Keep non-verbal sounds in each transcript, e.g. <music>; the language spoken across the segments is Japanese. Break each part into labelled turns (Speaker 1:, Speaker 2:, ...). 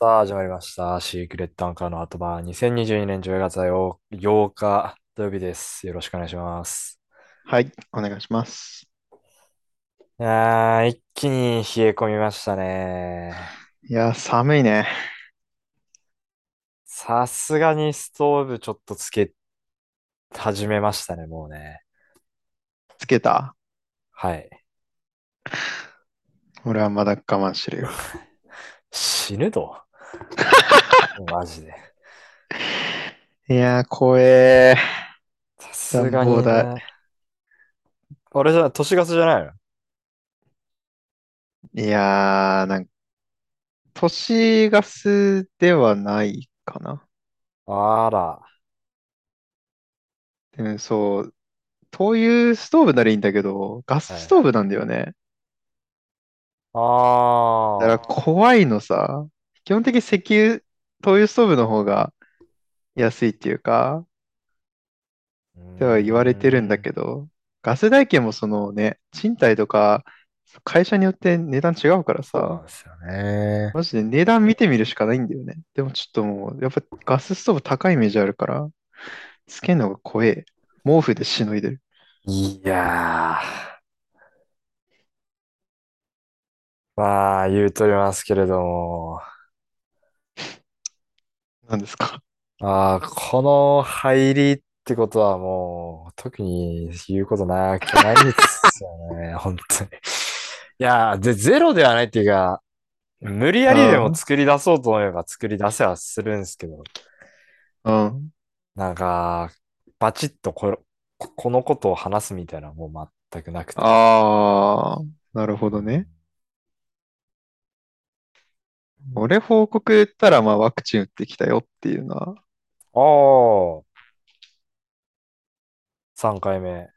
Speaker 1: さあ、始まりました。シークレットアンカーの後場、2022年10月8日土曜日です。よろしくお願いします。
Speaker 2: はい、お願いします。
Speaker 1: あー、一気に冷え込みましたね。
Speaker 2: いやー、寒いね。
Speaker 1: さすがにストーブちょっとつけ始めましたね、もうね。
Speaker 2: つけた
Speaker 1: はい。
Speaker 2: 俺はまだ我慢してるよ。
Speaker 1: 死ぬ
Speaker 2: <laughs>
Speaker 1: ぞ。マジで。
Speaker 2: いやー、怖え
Speaker 1: さすがに
Speaker 2: 暖房
Speaker 1: ね。あれじゃ、都市ガスじゃないの
Speaker 2: ー。いやー、なんか、都市ガスではないかな。
Speaker 1: あら。
Speaker 2: でもそう、灯油ストーブならいいんだけど、ガス
Speaker 1: は
Speaker 2: ス
Speaker 1: い。
Speaker 2: トーブなんだよね。だから
Speaker 1: あ
Speaker 2: 怖いのさ。基本的に石油、灯油ストーブの方が安いっていうか、
Speaker 1: ー。う
Speaker 2: では言われてるんだ
Speaker 1: ーん。
Speaker 2: けど、ガス代金もそのね、賃貸とか、会社によって値段違うから
Speaker 1: そうな
Speaker 2: さ、
Speaker 1: んですよね。
Speaker 2: マジで値段見てみるしかないんだよね。でもちょっともう、やっぱガスストーブ高いイメージあるから、つけるのが怖え。毛布でしのいでる。
Speaker 1: いやー。まあ、言うとりますけれども、
Speaker 2: なんですか。
Speaker 1: まあ、この入りってことはもう、特に言うことなきゃないですよね、 <laughs> 本当に。いや、で、ゼロではないっていうか、無理や
Speaker 2: う
Speaker 1: りでも
Speaker 2: ん、
Speaker 1: 作り出そうと思えば作り出せはするんですけど、
Speaker 2: うん。
Speaker 1: なんか、バチッとこれ、ここのことを話すみたいなのはもう全くなくて。
Speaker 2: あー、なる
Speaker 1: う
Speaker 2: ほどね。
Speaker 1: ん
Speaker 2: 俺報告言ったら、まあワクチン打ってきたよっていうのは、
Speaker 1: ああ、3回目。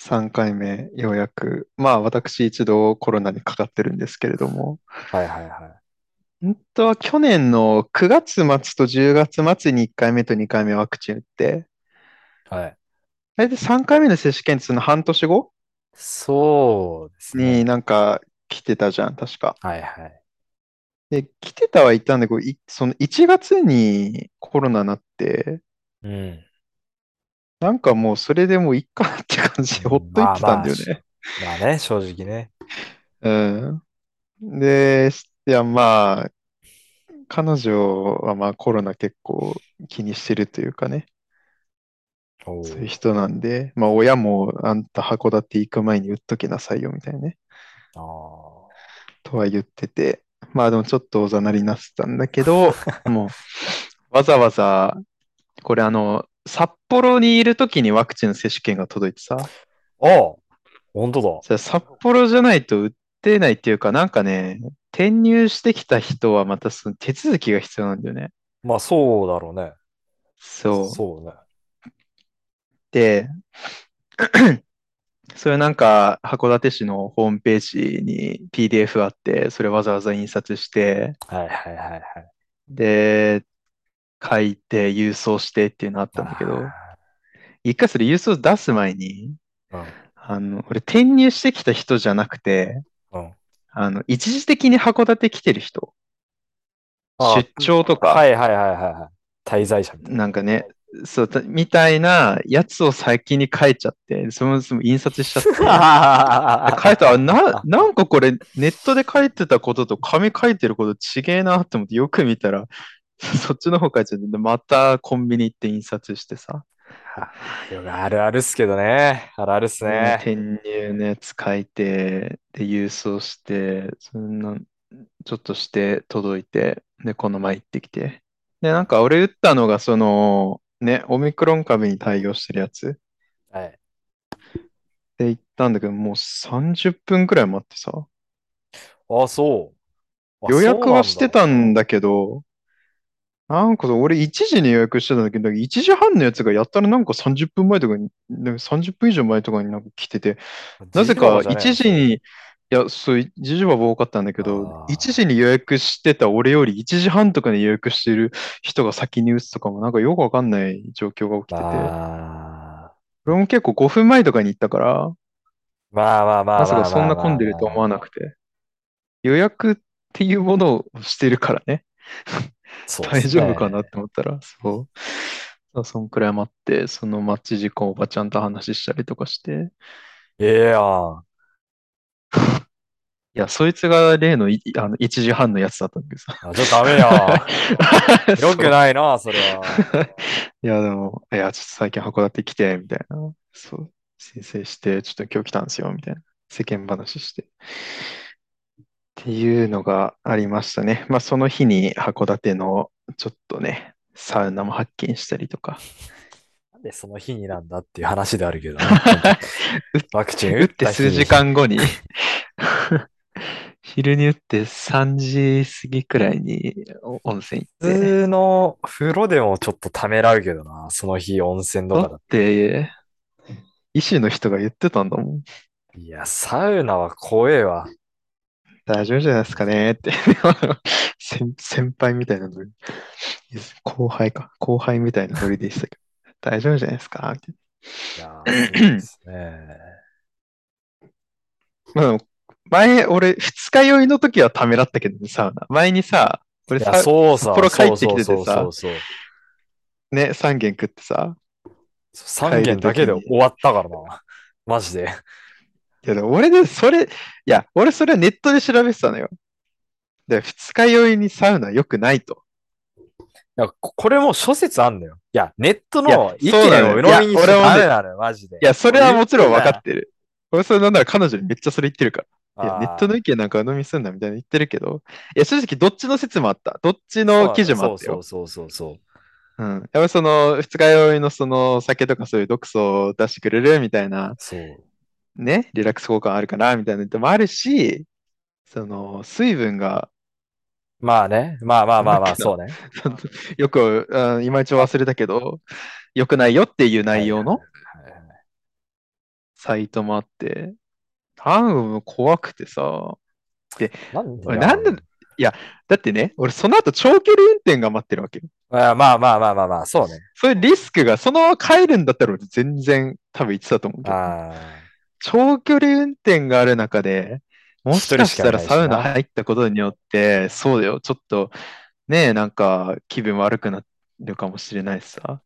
Speaker 2: 3回目、ようやく。まあ私一度コロナにかかってるんですけれども、
Speaker 1: はいはいはい。
Speaker 2: 本当は去年の9月末と10月末に1回目と2回目ワクチン打って、
Speaker 1: はい。
Speaker 2: 大体3回目の接種券ってその半年後
Speaker 1: そうです
Speaker 2: に
Speaker 1: ね。
Speaker 2: なんか来てたじゃん、確か。
Speaker 1: はいはい。
Speaker 2: で、来てたはいたんだけど、いその1月にコロナになって、
Speaker 1: うん。
Speaker 2: なんかもうそれでもういっかって感
Speaker 1: う
Speaker 2: じでほっ
Speaker 1: ん
Speaker 2: とい
Speaker 1: まあ
Speaker 2: てた
Speaker 1: ま
Speaker 2: ん
Speaker 1: あ、
Speaker 2: だよ
Speaker 1: し
Speaker 2: ね。
Speaker 1: まあね、正直ね。
Speaker 2: うん。で、しいやまあ、彼女はまあコロナ結構気にしてるというかね、
Speaker 1: お
Speaker 2: そういう
Speaker 1: お。
Speaker 2: 人なんで、まあ親もあんた函館行く前に打っときなさいよみたいなね、
Speaker 1: あ
Speaker 2: とは言ってて、まあでもちょっとおざなりになってたんだけど、もうわざわざ、これあの、札幌にいる時にワクチンの接種券が届いてさ、
Speaker 1: あ。ああ、本当だ。
Speaker 2: それ札幌じゃないと売ってないっていうか、なんかね、転入してきた人はまたその手続きが必要なんだよね。
Speaker 1: まあそうだろうね。
Speaker 2: そう。
Speaker 1: そうね。
Speaker 2: で、 <clears throat> それなんか函館市のホームページに PDF あって、それわざわざ印刷して、
Speaker 1: はいはいはいはい。
Speaker 2: で、書いて郵送してっていうのあったんだけど、
Speaker 1: あ
Speaker 2: 一回それ郵送出す前に、
Speaker 1: あ、うん、
Speaker 2: あの、俺転入してきた人じゃなくて、
Speaker 1: うん。
Speaker 2: あの、一時的に函館来てる人、
Speaker 1: あ
Speaker 2: 出
Speaker 1: あ、うん
Speaker 2: 張と
Speaker 1: は
Speaker 2: か、
Speaker 1: いはいはいはいはい。滞在者みたい <laughs>
Speaker 2: なんかね、そう、たみたいなやつを先に書いちゃって、そのその印刷しちゃって、で
Speaker 1: <laughs>
Speaker 2: 書いたら、な、
Speaker 1: な。
Speaker 2: なんかこれネットで書いてたことと紙書いてることちげえなって思ってよく見たら、 <laughs> そっちの方書いちゃって、でまたコンビニ行って印刷してさ、
Speaker 1: ああ、よくあるあるっすけどね。あるあるっす
Speaker 2: で
Speaker 1: ね。
Speaker 2: 転入のやつ書いて、で、郵送して、そんな、ちょっとして届いて、で、この前行ってきて。で、なんか俺打ったのがその、ね、オミクロン株に対応してるやつ。
Speaker 1: はい。
Speaker 2: で行ったんだけど、もう30分くらい待ってさ、
Speaker 1: ああ、そう。あ、
Speaker 2: 予
Speaker 1: そう
Speaker 2: 約
Speaker 1: な
Speaker 2: は
Speaker 1: ん
Speaker 2: し
Speaker 1: だ。
Speaker 2: てたんだけど、なんかさ、俺1時に予約してたんだけど、なんか1時半のやつがやったらなんか30分前とかに、なんか30分以上前とかになんか来てて、な
Speaker 1: ジ
Speaker 2: ぜ
Speaker 1: ジババじ
Speaker 2: か
Speaker 1: ゃねえの、
Speaker 2: 1
Speaker 1: そ
Speaker 2: 時
Speaker 1: れ。
Speaker 2: に、いや、そう、1時は多かったんだけど、1
Speaker 1: あ
Speaker 2: 時に予約してた俺より1時半とかに予約してる人が先に打つとかもなんかよくわかんない状況が起
Speaker 1: あ。
Speaker 2: きてて、
Speaker 1: まあ。
Speaker 2: 俺も結構5分前とかに行ったから、
Speaker 1: まあまあま
Speaker 2: ま
Speaker 1: あ
Speaker 2: さ
Speaker 1: ま
Speaker 2: か
Speaker 1: あ
Speaker 2: そ
Speaker 1: ま
Speaker 2: ん
Speaker 1: あ
Speaker 2: な
Speaker 1: ま
Speaker 2: 混ん
Speaker 1: あ
Speaker 2: で
Speaker 1: ま
Speaker 2: ると
Speaker 1: あ
Speaker 2: 思わなくて、予約っていうものをしてるからね。
Speaker 1: そうで
Speaker 2: 大
Speaker 1: すね
Speaker 2: 丈夫かなって思ったら、そう。さあそんくらい待って、その待ち時間おばちゃんと話したりとかして、
Speaker 1: いやー
Speaker 2: いや、そいつが例のいあの1時半のやつだったんだけどさ。
Speaker 1: あちょっとダメよ。 <laughs> よく
Speaker 2: い
Speaker 1: ないな、それは。
Speaker 2: いや、でも、いや、ちょっと最近函館来て、みたいな。そう。申請して、ちょっと今日来たんですよ、みたいな。世間話して。っていうのがありましたね。まあ、その日に函館の、ちょっとね、サウナも発見したりとか。
Speaker 1: なんでその日になんだっていう話であるけど
Speaker 2: <laughs>
Speaker 1: ワクチン
Speaker 2: 打
Speaker 1: 打
Speaker 2: っ
Speaker 1: ってた日
Speaker 2: 数時間後に <laughs> 昼に打って3時過ぎくらいにお温泉
Speaker 1: 普
Speaker 2: 行って
Speaker 1: 通の風呂でもちょっとためらうけどな、その日温泉と
Speaker 2: だ
Speaker 1: かだ
Speaker 2: っ。て医師の人が言ってたんだもん
Speaker 1: いや、サウナは怖えわ。
Speaker 2: 大丈夫じゃないですかねって <laughs> 先先輩みたいなノリ後輩か後輩みたいなノリでしたけど大丈夫じゃないですかって
Speaker 1: いやー、そうですね。
Speaker 2: まあでも前俺二日酔いの時はためらったけどねサウナ前にさ俺
Speaker 1: い
Speaker 2: さ
Speaker 1: や、そうさ、
Speaker 2: 札幌帰ってきててさ
Speaker 1: そうそうそうそう。
Speaker 2: ね3軒食ってさ
Speaker 1: 3件だけで終わったからな。 <laughs> マジで。
Speaker 2: いや、でも俺ね、それ、いや、俺それはネットで調べてたのよ。で、二日酔いにサウナ良くないと。
Speaker 1: いや、ここれも諸説あんのよ。いや、ネットの
Speaker 2: い
Speaker 1: 意
Speaker 2: やそう
Speaker 1: 見
Speaker 2: なの
Speaker 1: を
Speaker 2: よ
Speaker 1: 鵜呑みにしち
Speaker 2: いや俺
Speaker 1: ゃ
Speaker 2: もね
Speaker 1: ダメなのよ、マジで。
Speaker 2: いや、それはもちろん分かってる。俺それなんなら彼女にめっちゃそれ言ってるか
Speaker 1: あ
Speaker 2: ら。
Speaker 1: ー
Speaker 2: いや、ネットの意見なんか飲みすんなみたいなの言ってるけど。いや、正直どっちの説もあった。どっちの記事もあったよ。
Speaker 1: そうそうそうそう
Speaker 2: うん。やっぱりその、二日酔いのその、酒とかそういう毒素を出してくれるみたいな、
Speaker 1: そう。そう。
Speaker 2: ね、リラックス効果あるかなみたいなのもあるし、その、水分が、
Speaker 1: まあね。まあまあまあまあ、そうね。
Speaker 2: よく、うん、いまいち忘れたけど、良くないよっていう内容の
Speaker 1: はいはいはい
Speaker 2: サイトもあって、なんか怖くてさ、
Speaker 1: なん
Speaker 2: 俺なんでだってね、俺その後長距離運転が待ってるわけよ。
Speaker 1: あまあまあまあまあまあ、
Speaker 2: <laughs>
Speaker 1: そうね。
Speaker 2: そういうリスクが、そのまま帰るんだったら俺全然多分言ってたと思うけど、
Speaker 1: あ
Speaker 2: 長距離運転がある中で、もしかしたらサウナ入ったことによって、そうだよ、ちょっとね、なんか気分悪くなるかもしれないしさ。
Speaker 1: あ、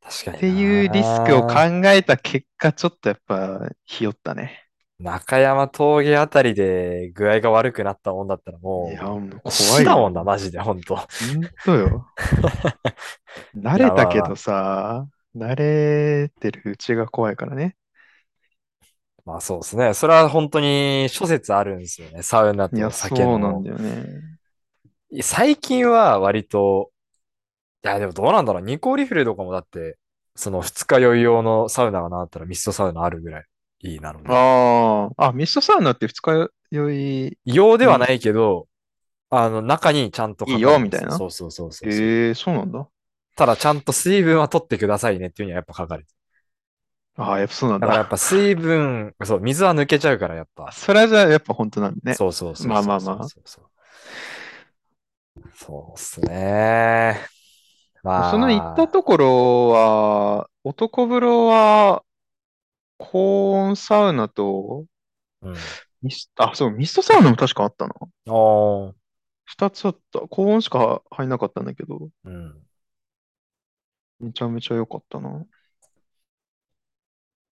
Speaker 1: 確かに。
Speaker 2: っていうリスクを考。えた結果、ちょっとやっぱ、ひよったね。
Speaker 1: 中山峠あたりで具合が悪くなったもんだったらも
Speaker 2: いや、
Speaker 1: う、
Speaker 2: もう怖
Speaker 1: 死
Speaker 2: い
Speaker 1: だ
Speaker 2: よ
Speaker 1: もんな、マジで、ほんと。
Speaker 2: ほん
Speaker 1: <laughs>
Speaker 2: とよ。慣れたけどさ、慣れてるうちが怖いからね。
Speaker 1: まあそうですね。それは本当に諸説あるんですよね。サウナ
Speaker 2: いや、
Speaker 1: と
Speaker 2: そ
Speaker 1: 酒
Speaker 2: うな
Speaker 1: の
Speaker 2: んだよね。
Speaker 1: 最近は割と、いや、でもどうなんだろう。ニコリフレとかもだって、その二日酔い用のサウナがなかったらミストサウナあるぐらいいいなので。
Speaker 2: ああ、あ、ミストサウナって二日酔い、え
Speaker 1: 用ではないけど、あの、中にちゃんと書かれて
Speaker 2: いいよ
Speaker 1: ます
Speaker 2: みたいな
Speaker 1: そうそうそうそう。
Speaker 2: えー、そうなんだ。
Speaker 1: ただちゃんと水分は取ってくださいねっていうにはやっぱ書かれてる。
Speaker 2: ああ、やっぱそうなん
Speaker 1: だからや
Speaker 2: だ。
Speaker 1: っぱ水分、そう、水は抜けちゃうからやっぱ。
Speaker 2: それはじゃあやっぱ本当なんだね。
Speaker 1: そうそうそうそう。
Speaker 2: まあまあまあ
Speaker 1: そうそうそうっすね。まあ。
Speaker 2: その行ったところは、男風呂は、高温サウナと、
Speaker 1: うん。
Speaker 2: ミスト、あ、そう、ミストサウナも確かあったな。
Speaker 1: おー
Speaker 2: 二つあった。高温しか入んなかったんだけど、
Speaker 1: うん。
Speaker 2: めちゃめちゃ良かったな。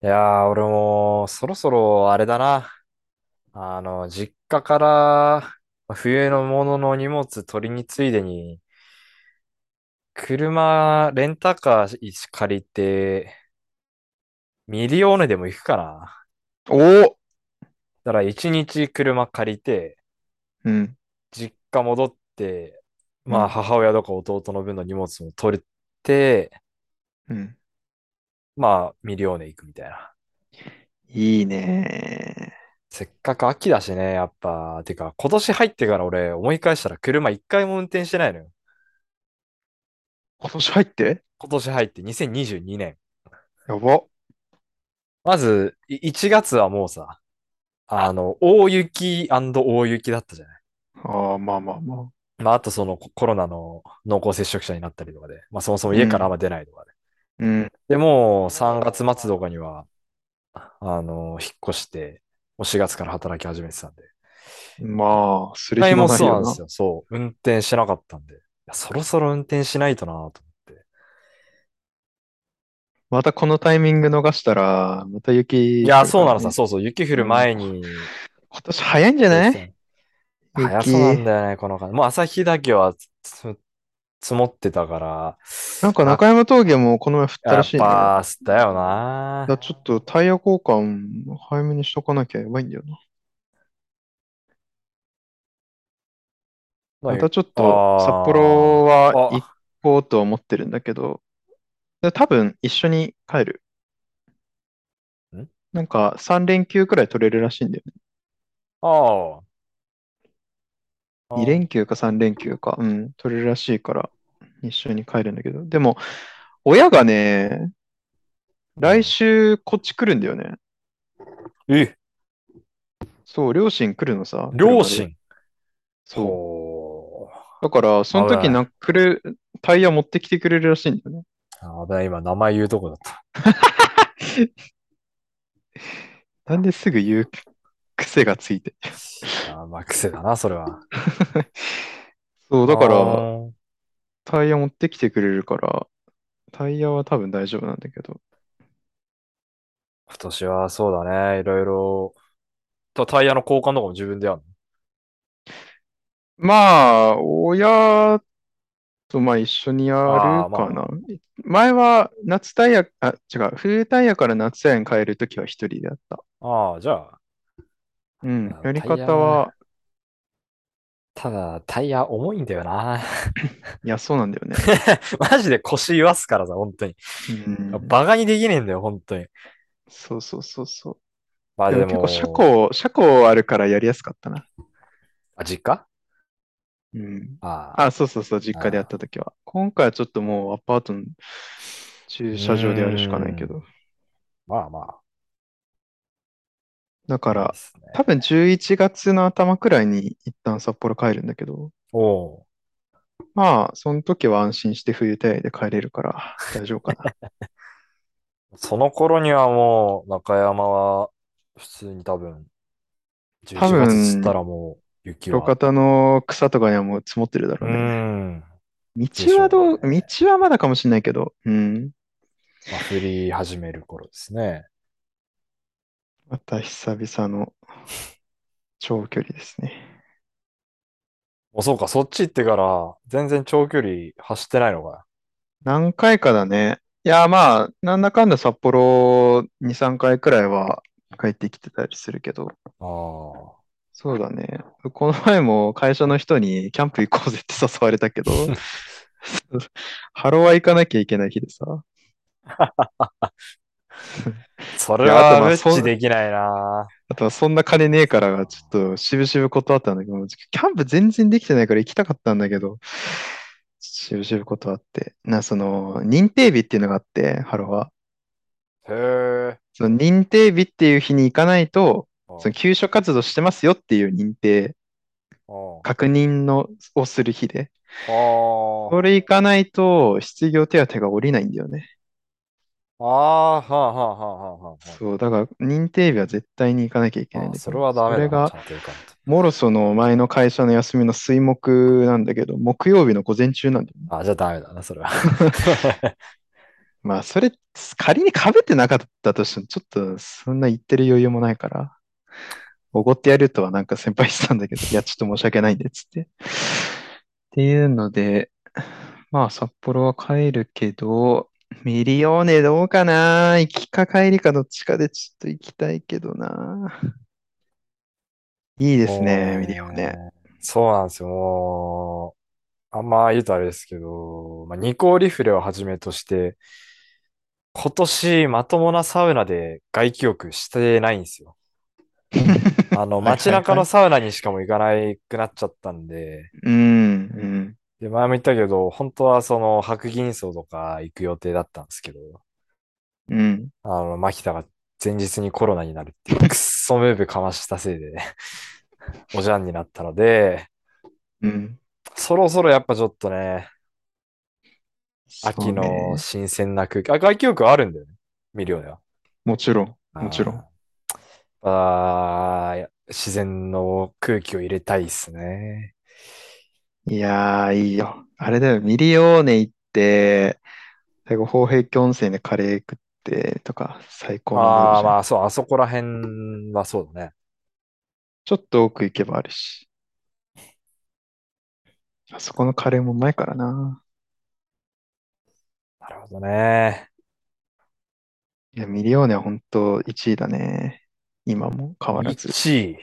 Speaker 1: いやー、俺も、そろそろ、あれだな。あの、実家から、冬のものの荷物取りについでに、車、レンタカー一借りて、ミリオーネでも行くかな。
Speaker 2: おお
Speaker 1: だから、一日車借りて、
Speaker 2: うん。
Speaker 1: 実家戻って、ま
Speaker 2: う
Speaker 1: あ、
Speaker 2: ん
Speaker 1: 母親とか弟の分の荷物も取って、
Speaker 2: うん。
Speaker 1: まあ、ミリオーネ行くみたいな。
Speaker 2: いいね
Speaker 1: せっかく秋だしね、やっぱ。てか、今年入ってから俺、思い返したら車一回も運転してないのよ。
Speaker 2: ー。今年入って
Speaker 1: 今年入って2022年。
Speaker 2: やば。
Speaker 1: まず、い1月はもうさ、あの、大雪大雪だったじゃない。
Speaker 2: ああ、まあまあま
Speaker 1: まあ、あとそのココロナの濃厚接触者になったりとかで、まあそもそも家からあんま出ないとかで。
Speaker 2: あ。うん。
Speaker 1: でも、3月末とかには、あの、引っ越して、もう4月から働き始めてたんで。
Speaker 2: まあ、する
Speaker 1: タイ
Speaker 2: 暇
Speaker 1: も
Speaker 2: ない
Speaker 1: そうなん
Speaker 2: よ
Speaker 1: で
Speaker 2: な
Speaker 1: す。よ。そう。運転しなかったんで。いやそろそろ運転しないとなと思って。
Speaker 2: またこのタイミング逃したら、また雪
Speaker 1: い
Speaker 2: い
Speaker 1: や、そうなのさ。そうそう。雪降る前に。
Speaker 2: 今年早いんじゃない雪
Speaker 1: 早そうなんだよね、この感じ。もう朝日だけはつ積もってたから。
Speaker 2: なんか中山峠もこの前降った
Speaker 1: や
Speaker 2: ら
Speaker 1: っ
Speaker 2: しいね。だか
Speaker 1: ぱ、だよな。
Speaker 2: らちょっとタイヤ交換早めにしとかなきゃやばいんだよな。
Speaker 1: まあ
Speaker 2: またちょっと札幌は行こうと思ってるんだけど、で多分一緒に帰る
Speaker 1: ん。
Speaker 2: なんか3連休くらい取れるらしいんだよね。
Speaker 1: ああ。
Speaker 2: 2連休か3連休か、うん、取れるらしいから一緒に帰るんだけど、でも親がね、来週こっち来るんだよね。
Speaker 1: え、
Speaker 2: そう、両親来るのさ。
Speaker 1: 両
Speaker 2: 車で
Speaker 1: 親。
Speaker 2: そう。
Speaker 1: ほ
Speaker 2: だから、その時な、くる、タイヤ持ってきてくれるらしいんだよね。
Speaker 1: うあだ、今、名前言うとこだった。
Speaker 2: なんですぐ言う癖がついて。
Speaker 1: あーまあ、癖だな、それは。
Speaker 2: そう、だ
Speaker 1: あ
Speaker 2: から、
Speaker 1: ー
Speaker 2: タイヤ持ってきてくれるから、タイヤは多分大丈夫なんだけど。
Speaker 1: 今年はそうだね、いろいろ。とタイヤの交換とかも自分でやる
Speaker 2: まあ、親とまあ一緒にやる
Speaker 1: あーまあ
Speaker 2: かな。前は夏タイヤ、あ、違う、冬タイヤから夏タイヤに変えるときは一人でやった。
Speaker 1: の。ああ、じゃあ、
Speaker 2: うん、
Speaker 1: あー
Speaker 2: やり
Speaker 1: タイヤ
Speaker 2: 方は、
Speaker 1: ただ、タイヤ重いんだよな。
Speaker 2: いや、そうなんだよね。
Speaker 1: <laughs> マジで腰言わすからさ、本当に。 <laughs>
Speaker 2: うん、
Speaker 1: バカにできねえんだよ、本当に。
Speaker 2: そうそうそうそう。
Speaker 1: まあで
Speaker 2: でも結
Speaker 1: も、
Speaker 2: 構車庫、車庫あるからやりやすかったな。
Speaker 1: あ、実家
Speaker 2: うん。
Speaker 1: ああ。
Speaker 2: あ、そうそうそう、実家でやったときは。今回はちょっともうアパートの駐車場でやるしかないけど。
Speaker 1: まあまあ。
Speaker 2: だか
Speaker 1: いい
Speaker 2: ら
Speaker 1: で、すね
Speaker 2: 多分11月の頭くらいに一旦札幌帰るんだけど、
Speaker 1: おう
Speaker 2: まあ、その時は安心して冬タイヤで帰れるから大丈夫か
Speaker 1: <laughs>
Speaker 2: な。
Speaker 1: その頃にはもう、中山は、普通に多分、11
Speaker 2: 多分
Speaker 1: 月っつったらもう、雪
Speaker 2: 路
Speaker 1: は。
Speaker 2: 肩の草とかにはもう積もってるだ
Speaker 1: う
Speaker 2: ろうね。
Speaker 1: ん。ま
Speaker 2: 道
Speaker 1: しょう
Speaker 2: はどう、
Speaker 1: ね
Speaker 2: 道はまだかもしれないけど、うん。
Speaker 1: あ、降り始める頃ですね。
Speaker 2: また久々の長距離ですね。
Speaker 1: もうそうか、そっち行ってから、全然長距離走ってないのか
Speaker 2: 何回かだね。いや、まあ、なんだかんだ札幌2、3回くらいは帰ってきてたりするけど、
Speaker 1: よ。ああ。
Speaker 2: そうだね。この前も会社の人にキャンプ行こうぜって誘われたけど、ハロワ行かなきゃいけない日でさ。
Speaker 1: それ
Speaker 2: いやあ
Speaker 1: は
Speaker 2: とまあ
Speaker 1: 無
Speaker 2: そん
Speaker 1: 視できないな。
Speaker 2: あとはそんな金ねえからがちょっと渋々断ったんだけど、もうキャンプ全然できてないから行きたかったんだけど、渋々断って。な、その、認定日っていうのがあって、ハロワ。
Speaker 1: へえ。
Speaker 2: その認定日っていう日に行かないと、
Speaker 1: あ
Speaker 2: その救助活動してますよっていう認定、
Speaker 1: あ
Speaker 2: 確認のをする日で、
Speaker 1: あ
Speaker 2: それ行かないと失業手当が下りないんだよね。
Speaker 1: ああ、はあはあはあはあは
Speaker 2: そう、だから認定日は絶対に行かなきゃいけな
Speaker 1: あ。
Speaker 2: いんだけど、
Speaker 1: それはダメだ
Speaker 2: それ
Speaker 1: な、
Speaker 2: が
Speaker 1: ちゃんと行かんと
Speaker 2: もろその前の会社の休みの水木なんだけど、木曜日の午前中なんだよね。
Speaker 1: あ、じゃあダメだな、それは。
Speaker 2: <laughs> まあ、それ、仮に被ってなかったとしても、ちょっとそんな言ってる余裕もないから、おごってやるとはなんか先輩したんだけど、い <laughs> や、ちょっと申し訳ないんで、つって。っていうので、まあ、札幌は帰るけど、ミリオーネどうかな行きか帰りかどっちかでちょっと行きたいけどな。いいですね、ミリオーネ。
Speaker 1: そうなんですよ、もう、あんま言うとあれですけど、まあ、ニコーリフレをはじめとして、今年まともなサウナで外気浴してないん
Speaker 2: <laughs>
Speaker 1: ですよ。あの、
Speaker 2: いはいはい
Speaker 1: 街中のサウナにしかも行かないくなっちゃったんで、
Speaker 2: うん、
Speaker 1: で、前も言ったけど、本当はその白銀荘とか行く予定だったんですけど、
Speaker 2: うん、うん。
Speaker 1: あの、牧田が前日にコロナになるっていうくっそムーブかましたせいで、おじゃんになったので、
Speaker 2: うん、
Speaker 1: そろそろやっぱちょっとね、秋
Speaker 2: そうね
Speaker 1: の新鮮な空気、あ、外気浴あるんだよね、見るよね。
Speaker 2: もちろん、もちろん。
Speaker 1: あーいや自然の空気を入れたいっすね。
Speaker 2: いやー、いいよ。あれだよ、ミリオーネ行って、最後、宝平温泉でカレー食ってとか、最高の
Speaker 1: あ
Speaker 2: 料理
Speaker 1: あ、
Speaker 2: じゃん
Speaker 1: まあそう、あそこら辺はそうだね。
Speaker 2: ちょっと奥行けばあるし。あそこのカレーもうまいからな。
Speaker 1: なるほどね。
Speaker 2: いや、ミリオーネは本当1位だね。今も変わらず。
Speaker 1: 1位。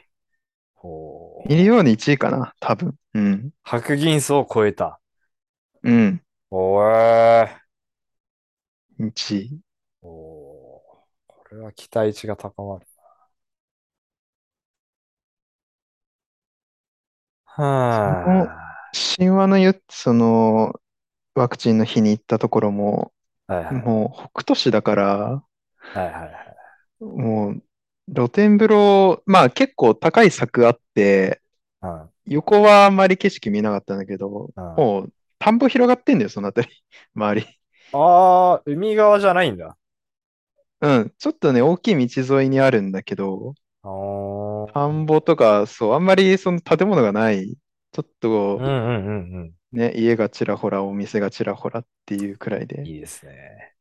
Speaker 1: ほう
Speaker 2: ミリオーネ1位かな、多分。うん。
Speaker 1: 白銀層を超えた。
Speaker 2: うん。
Speaker 1: おえ。
Speaker 2: 1位。
Speaker 1: おお。これは期待値が高まるな。は
Speaker 2: 神話の湯って、その、ワクチンの日に行ったところも、
Speaker 1: あ。はいはい
Speaker 2: もう北斗市だから、
Speaker 1: はいはいはい。
Speaker 2: もう、露天風呂、まあ結構高い柵あって、
Speaker 1: うんうん
Speaker 2: 横はあんまり景色見えなかったんだけど、もう田んぼ広がってんだよ、そのあたり。 <laughs> 周り。
Speaker 1: ああ、海側じゃないんだ。
Speaker 2: うん。ちょっとね、大きい道沿いにあるんだけど、
Speaker 1: ああ。
Speaker 2: 田んぼとか、そう、あんまりその建物がない。ちょっ
Speaker 1: うんうんう
Speaker 2: と
Speaker 1: ん
Speaker 2: ね、家がちらほら、お店がちらほらっていうくらい
Speaker 1: うん。
Speaker 2: で。
Speaker 1: いいですね。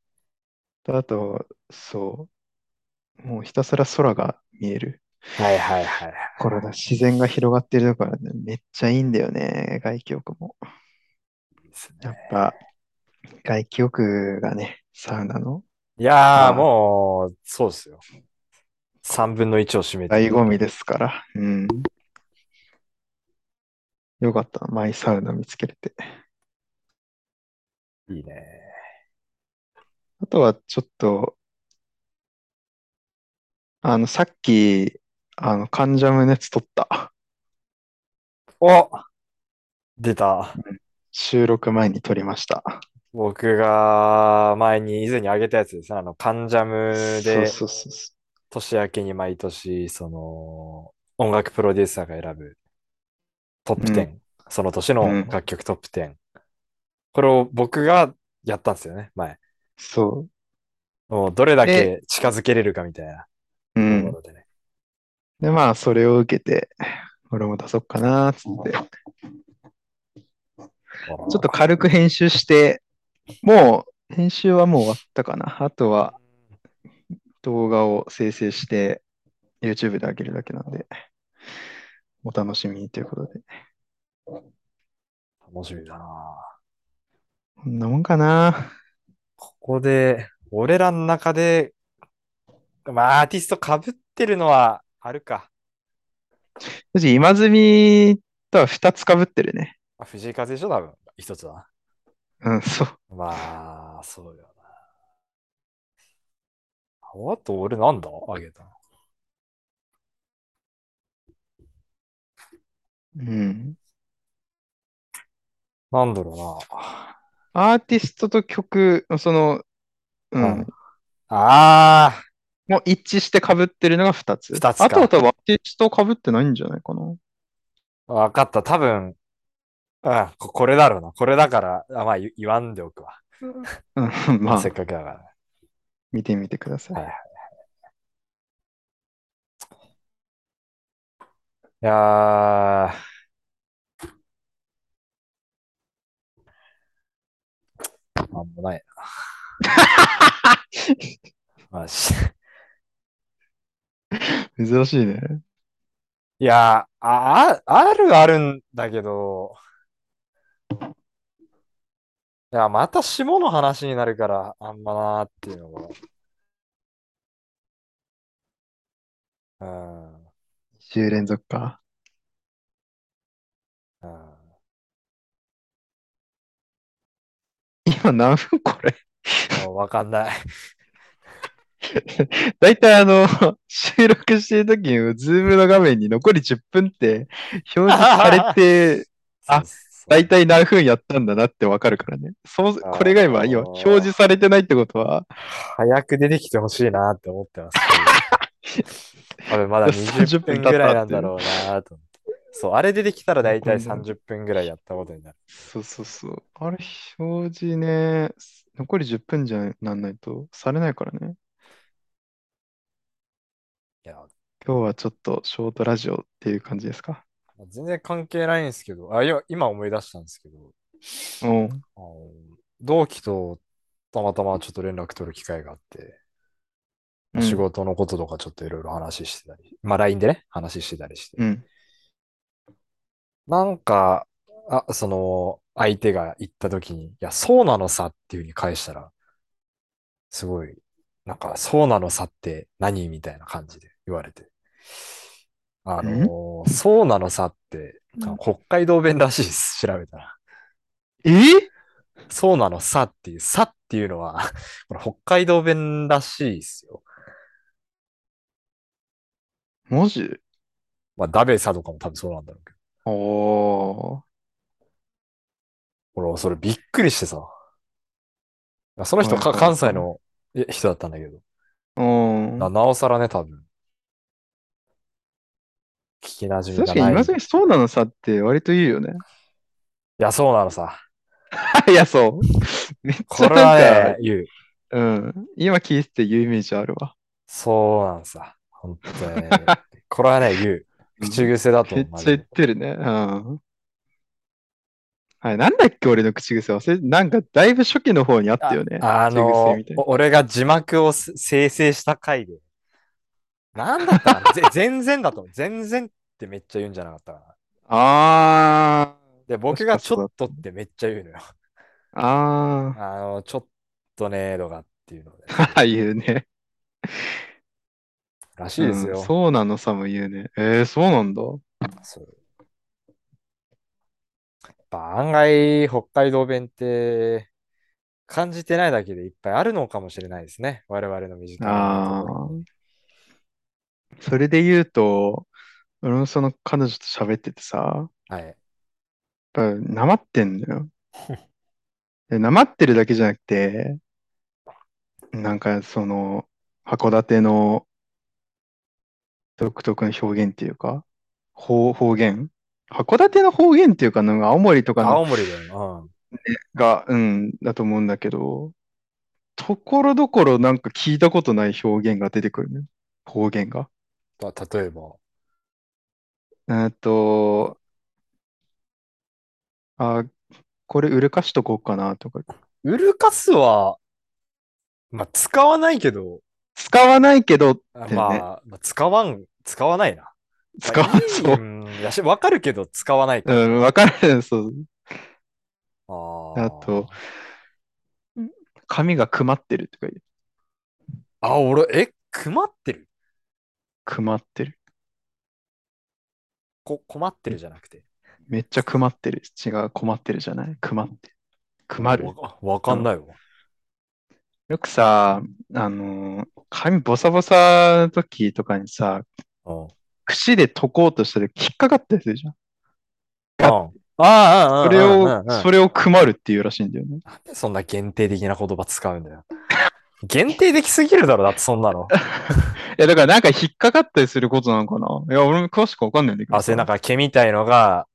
Speaker 2: あと、そう、もうひたすら空が見える。
Speaker 1: はいはいはいはい。
Speaker 2: これだ、自然が広がってるからね、めっちゃいいんだよね、外気浴も。
Speaker 1: いいです
Speaker 2: やっ
Speaker 1: ね。
Speaker 2: ぱ、外気浴がね、サウナの
Speaker 1: いや
Speaker 2: あ
Speaker 1: ー、
Speaker 2: ー
Speaker 1: もう、そうですよ。3分の1を占めて
Speaker 2: 醍
Speaker 1: る。
Speaker 2: 醐味ですから。うん。よかった、マイサウナ見つけれて。
Speaker 1: いいね。
Speaker 2: あとは、ちょっと、あの、さっき、あの、関ジャムのやつ撮った。
Speaker 1: お出た。
Speaker 2: 収録前に撮りました。
Speaker 1: 僕が前に、以前にあげたやつですね。あの、カンジャム
Speaker 2: そう
Speaker 1: で、
Speaker 2: そうそうそ
Speaker 1: 年明けに毎年、その、音楽プロデューサーが選ぶトップ10、
Speaker 2: う
Speaker 1: その年の楽曲トップ10。これを僕がやったんですよね、前。
Speaker 2: う。そ
Speaker 1: もうどれだけ近づけれるかみたいな
Speaker 2: う。う
Speaker 1: と
Speaker 2: ん
Speaker 1: こ。ろでね。
Speaker 2: で、まあ、それを受けて、俺も出そうかな、つって。ち
Speaker 1: ちょ
Speaker 2: ょっと軽く編集して、もう、編集はもう終わったかな。あとは、動画を生成して、YouTube で上げるだけなんで、お楽しみにということで。
Speaker 1: 楽しみだな
Speaker 2: こんなもんかな。
Speaker 1: ここで、俺らの中で、まあ、アーティスト被ってるのはあるか。
Speaker 2: うち、今住とは2つかぶってるね。
Speaker 1: あ藤井風でしょ、多分。一つは。
Speaker 2: うん、そう。
Speaker 1: まあ、そうよな。あと、俺なんだあげたの。
Speaker 2: うん。
Speaker 1: なんだろうな。
Speaker 2: アーティストと曲、その、う
Speaker 1: うん
Speaker 2: ん、
Speaker 1: ああ、
Speaker 2: もう一致して被ってるのが2つ。
Speaker 1: 二つか
Speaker 2: あとは多分アーティスト被ってないんじゃないかな。
Speaker 1: わかった。多分、うん、ここれだろうな。これだから、あまあ、言言わんでおくわ。
Speaker 2: うん、まあ
Speaker 1: せっ、かくだから。
Speaker 2: 見てみてください。
Speaker 1: いやー。なんもない
Speaker 2: <laughs>
Speaker 1: な。マジで
Speaker 2: 珍しいね。
Speaker 1: いやーあ、ああるはあるんだけど、いや、また霜の話になるから、あんまなーっていうのも。うん。
Speaker 2: 2週連続か。
Speaker 1: うん。
Speaker 2: 今何分これ <laughs>
Speaker 1: もうわかんない。
Speaker 2: だいたいあの、収録してる時に、ズームの画面に残り10分って表示され <laughs> て、あだいたい何分やったんだなってわかるからね。そう、これが今、今、表示されてないってことは、
Speaker 1: 早く出てきてほしいなって思って <laughs> ますけど。多分まだ20
Speaker 2: 30
Speaker 1: 分
Speaker 2: 分
Speaker 1: ぐらいなんだろうなと思って。そう、あれ出てきたら大体30分ぐらいやったことになる。
Speaker 2: そうそうそう。あれ、表示ね、残り10分じゃなんないとされないからね。
Speaker 1: いや、
Speaker 2: 今日はちょっとショートラジオっていう感じですか
Speaker 1: 全然関係ないんですけど、あ、いや、今思い出したんですけど、
Speaker 2: うん。
Speaker 1: あの同期とたまたまちょっと連絡取る機会があって、
Speaker 2: うん
Speaker 1: 仕事のこととかちょっといろいろ話してたり、まあ LINE でね、話してたりして。
Speaker 2: うん。
Speaker 1: なんか、あ、その、相手が言った時に、いや、そうなのさっていうふうに返したら、すごい、なんか、そうなのさって何みたいな感じで言われて。あの、そうなのさって、あの北海道弁らしいです、調べたら。
Speaker 2: え
Speaker 1: そうなのさっていう、さっていうのは、 <laughs> これ北海道弁らしいですよ。
Speaker 2: 文字
Speaker 1: まあ、ダベさとかも多分そうなんだろうけど。
Speaker 2: おー。
Speaker 1: 俺、それびっくりしてさ。まあその人か、
Speaker 2: はいはい
Speaker 1: 関西のえ人だったんだけど。
Speaker 2: うん。
Speaker 1: ななおさらね、多分。聞きなじみ
Speaker 2: 確
Speaker 1: が
Speaker 2: かに
Speaker 1: ない。
Speaker 2: 今
Speaker 1: い
Speaker 2: 時そうなのさって割と言う
Speaker 1: <laughs>
Speaker 2: よね。
Speaker 1: や、そうなのさ。
Speaker 2: いや、 <laughs> そう。めっち
Speaker 1: こ
Speaker 2: ゃ
Speaker 1: れは
Speaker 2: なん
Speaker 1: ね
Speaker 2: か、、
Speaker 1: 言う。
Speaker 2: うん。今聞いてて言うイメージあるわ。
Speaker 1: そうなのさ。本当に
Speaker 2: <laughs>
Speaker 1: ね。これはね、言う。口癖だと
Speaker 2: め
Speaker 1: 思
Speaker 2: っ
Speaker 1: う。
Speaker 2: ちゃ言ってるね。うん。はい、なんだっけ俺の口癖忘れなんかだいぶ初期の方にあったよね。
Speaker 1: あ
Speaker 2: 口癖
Speaker 1: の
Speaker 2: みたい、な
Speaker 1: お俺が字幕をす生成した回で。なんだったかなぜ <laughs> 全然だと思う。全然ってめっちゃ言うんじゃなかったかな。
Speaker 2: あ
Speaker 1: で、僕が
Speaker 2: 確
Speaker 1: ち
Speaker 2: かそ
Speaker 1: ょ
Speaker 2: う
Speaker 1: っとってめっちゃ言うのよ。
Speaker 2: ー。あー。
Speaker 1: あの、ちょっとね、とかっていうので。
Speaker 2: ああ、言うね。
Speaker 1: らしいですよ。
Speaker 2: うんそうなのさも言うね。えー、そうなんだ。
Speaker 1: そう。やっぱ案外、北海道弁って、感じてないだけでいっぱいあるのかもしれないですね。我々の身近な
Speaker 2: あ
Speaker 1: ところに。
Speaker 2: ーそれで言うと、俺もその彼女と喋っててさ、
Speaker 1: はい。
Speaker 2: やっぱなまってんだよ。で、なまってるだけじゃなくて、なんかその、函館の独特の表現っていうか、方、方言函館の方言っていうか、なんか青森とかの
Speaker 1: 青森で、うん。
Speaker 2: が、うん、だと思うんだけど、ところどころなんか聞いたことない表現が出てくるね。方言が。
Speaker 1: た例えば、
Speaker 2: えーっと、あ、これ、うるかしとこうかなとか。
Speaker 1: ウルカスは、まあ、使わないけど、
Speaker 2: 使わないけど、
Speaker 1: あ
Speaker 2: だよね
Speaker 1: まあ、まあ使わん、使わないな。
Speaker 2: 使わ
Speaker 1: まあいい
Speaker 2: そう。
Speaker 1: うんいやし、わかるけど、使わないか
Speaker 2: う
Speaker 1: ら。
Speaker 2: ん、わかる。そう。
Speaker 1: あ
Speaker 2: あ
Speaker 1: ー
Speaker 2: と、髪がくまってるとか言う。
Speaker 1: あ、俺、え、困ってる
Speaker 2: くまってる。
Speaker 1: こ、困ってるじゃなくて。
Speaker 2: めっちゃくまってる。違う、困ってるじゃない。くまってる。くまる。
Speaker 1: わかわかんないわ。
Speaker 2: よくさ、あのー、髪ボサボサの時とかにさ、
Speaker 1: うん。
Speaker 2: 櫛で解こうとしたら引っかかったりするじゃん。
Speaker 1: ああ、
Speaker 2: それを、そ
Speaker 1: れ。
Speaker 2: れをくまるっていうらしいんだよね。
Speaker 1: なんでそんな限定的な言葉使うんだよ。限定的すぎるだろ、だってそんな
Speaker 2: <laughs>
Speaker 1: の。
Speaker 2: いや、だからなんか引っかかったりすることなのかな。いや、俺も詳しくわかんないんだけどさ。
Speaker 1: 汗なんか毛みたいのが、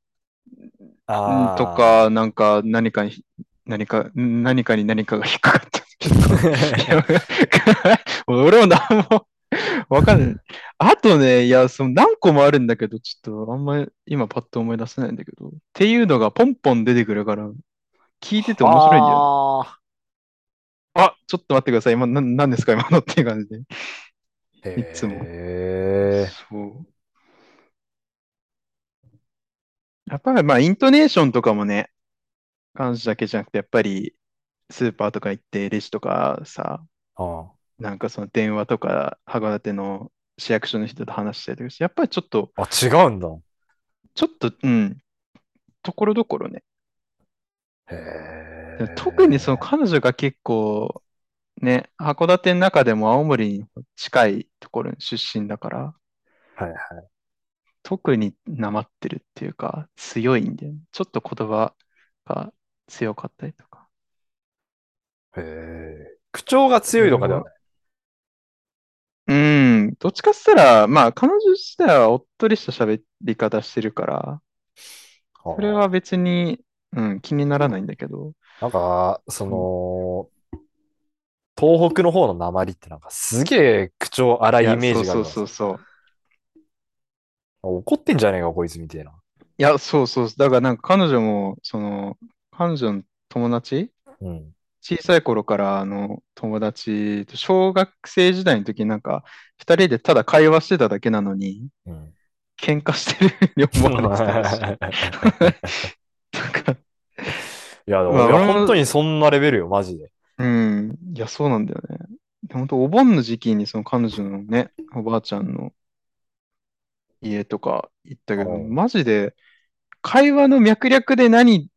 Speaker 2: うん
Speaker 1: あー
Speaker 2: と、
Speaker 1: <laughs>
Speaker 2: か、なんか何かに、何か、ん何かに何かが引っかかった。いや <laughs> 俺も何もわかんない。あとね、いや、その何個もあるんだけど、ちょっとあんまり今パッと思い出せないんだけど。っていうのがポンポン出てくるから、聞いてて面白いんだよね。
Speaker 1: よ。
Speaker 2: あ、ちょっと待ってください。今、な、何ですか今 <laughs> のっていう感じで。いつも
Speaker 1: へー
Speaker 2: そう。やっぱりまあ、イントネーションとかもね、感じだけじゃなくて、やっぱり、スーパーとか行って、レジとかさ、
Speaker 1: あ
Speaker 2: なんかその電話とか、函館の市役所の人と話したりとかして、やっぱりちょっと、
Speaker 1: あ、違うんだ。
Speaker 2: ちょっと、うん、ところどころね。
Speaker 1: へー
Speaker 2: 特にその彼女が結構、ね、函館の中でも青森に近いところに出身だから、
Speaker 1: はいはい
Speaker 2: 特になまってるっていうか、強いんだよね。ちょっと言葉が強かったりとか。
Speaker 1: へー口調が強いとかではない。
Speaker 2: うん、どっちかっつったら、まあ、彼女自体はおっとりした喋り方してるから、それは別に、うん、気にならないんだけど、
Speaker 1: なんか、その、東北の方の鉛ってなんかすげえ口調荒いイメージがあ
Speaker 2: そ
Speaker 1: る
Speaker 2: うそうそうそう。
Speaker 1: 怒ってんじゃねえか、こいつみたいな。
Speaker 2: いや、そうそう。だからなんか彼女も、その、彼女の友達
Speaker 1: うん。
Speaker 2: 小さい頃からあの友達と小学生時代の時なんか二人でただ会話してただけなのに
Speaker 1: うん。
Speaker 2: 喧嘩してるよう <laughs> に思われてたらしい
Speaker 1: <laughs>
Speaker 2: なんか、
Speaker 1: いや、でも
Speaker 2: まあ
Speaker 1: いや
Speaker 2: 俺も
Speaker 1: 本当にそんなレベルよ、マジで。
Speaker 2: うん、いや、そうなんだよね。本当お盆の時期にその彼女のね、おばあちゃんの家とか行ったけど、
Speaker 1: うん
Speaker 2: マジで会話の脈略で何、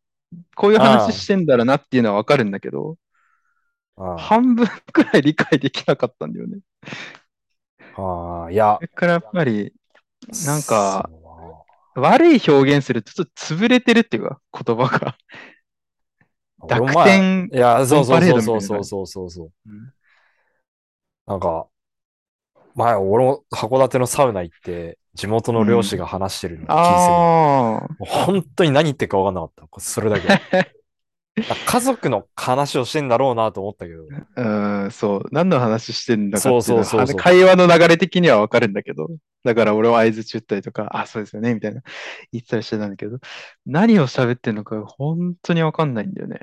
Speaker 2: こういう
Speaker 1: ああ
Speaker 2: 話してんだろうなっていうのはわかるんだけど、
Speaker 1: あ
Speaker 2: 半分くらい理解できなかったんだよね。
Speaker 1: あ、いや
Speaker 2: そ、れからやっぱり、なんか
Speaker 1: そうだ
Speaker 2: 悪い表現するとちょっと潰れてるっていうか、言葉が。
Speaker 1: な、
Speaker 2: 濁
Speaker 1: 俺も前
Speaker 2: 点。
Speaker 1: いや、そうそ
Speaker 2: オンパ
Speaker 1: う
Speaker 2: レード
Speaker 1: そう
Speaker 2: みたい
Speaker 1: そ
Speaker 2: な
Speaker 1: うそうそうそうそう。
Speaker 2: うん
Speaker 1: なんか、前、俺も函館のサウナ行って、地元の漁師が話してるのを聞い
Speaker 2: あ
Speaker 1: て、
Speaker 2: あ、
Speaker 1: もう本当に何言ってるか分かんなかった。それだ
Speaker 2: <laughs>
Speaker 1: け。あ家族の話をしてんだろうなと思ったけど、
Speaker 2: うん、そう。何の話してんだかってい
Speaker 1: そうう
Speaker 2: の
Speaker 1: そ
Speaker 2: は
Speaker 1: うそうそう
Speaker 2: 会話の流れ的にはわかるんだけど。だから俺は合図中ったりとか、あ、そうですよね、みたいな言ってたりしてたんだけど、何を喋ってんのか本当にわかんないんだよね。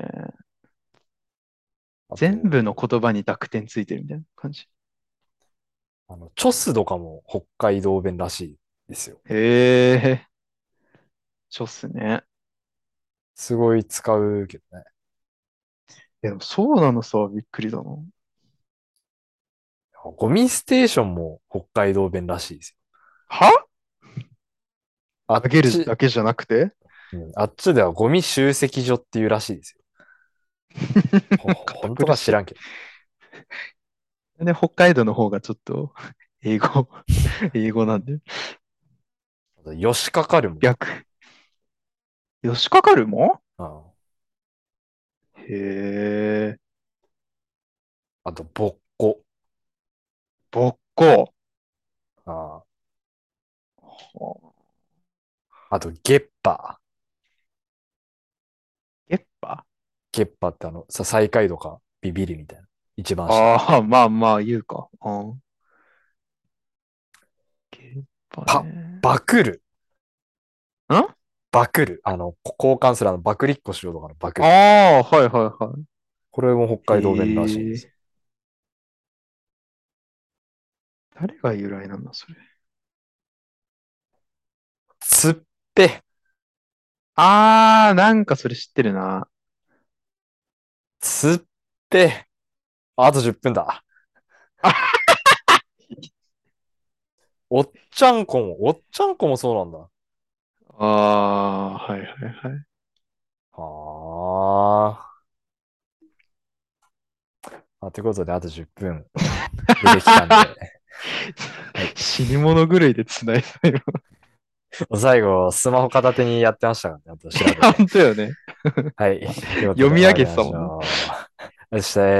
Speaker 1: あと
Speaker 2: 全部の言葉に濁点ついてるみたいな感じ。
Speaker 1: あの、チョスとかも北海道弁らしいですよ。
Speaker 2: へえ。ちょっすね。
Speaker 1: すごい使うけどね。
Speaker 2: でもそうなのさ、びっくりだな。
Speaker 1: ゴミステーションも北海道弁らしいですよ。
Speaker 2: は
Speaker 1: あ
Speaker 2: あ
Speaker 1: っ
Speaker 2: げる
Speaker 1: ち
Speaker 2: だけじゃなくて
Speaker 1: うんあっちではゴミ集積所っていうらしいです
Speaker 2: <laughs>
Speaker 1: よ。ほ本当か知らんけど。
Speaker 2: で、北海道の方がちょっと、英語、英語なんで。
Speaker 1: よしかかるもん。
Speaker 2: 逆。吉かかるも
Speaker 1: うん
Speaker 2: へえ、
Speaker 1: あと、ぼっこ。
Speaker 2: ぼっこ。
Speaker 1: ああと、ゲッパー。
Speaker 2: ゲッパ
Speaker 1: ゲッパーってあの、さ、最下位とか、ビビリみたいな。一番下。
Speaker 2: ああ、まあまあ、言うか。うんゲッパね。
Speaker 1: バクる。
Speaker 2: ん
Speaker 1: バクる。あの、こ交換するあの、バクリッコしようとかのバク
Speaker 2: ああ
Speaker 1: る。、
Speaker 2: はいはいはい。
Speaker 1: これも北海道弁らしいです。
Speaker 2: 誰が由来なんだ、それ。
Speaker 1: つっぺ。
Speaker 2: ああ、なんかそれ知ってるな。
Speaker 1: つっぺ。あと10分だ。おっちゃんこも、おっちゃんこもそうなんだ。
Speaker 2: ああ、はいはいはい。
Speaker 1: はあ。あ、ということで、あと10分出てきたん
Speaker 2: <laughs>
Speaker 1: で。
Speaker 2: 死に物狂いで繋いだ <laughs> よ。
Speaker 1: 最後、スマホ片手にやってましたからね。あと調べて
Speaker 2: 本当よね。 <laughs>
Speaker 1: はい。ということで
Speaker 2: 読み上げてたもんね
Speaker 1: 参りましょう。そし
Speaker 2: はい、お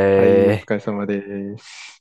Speaker 1: て、
Speaker 2: 疲れ様です。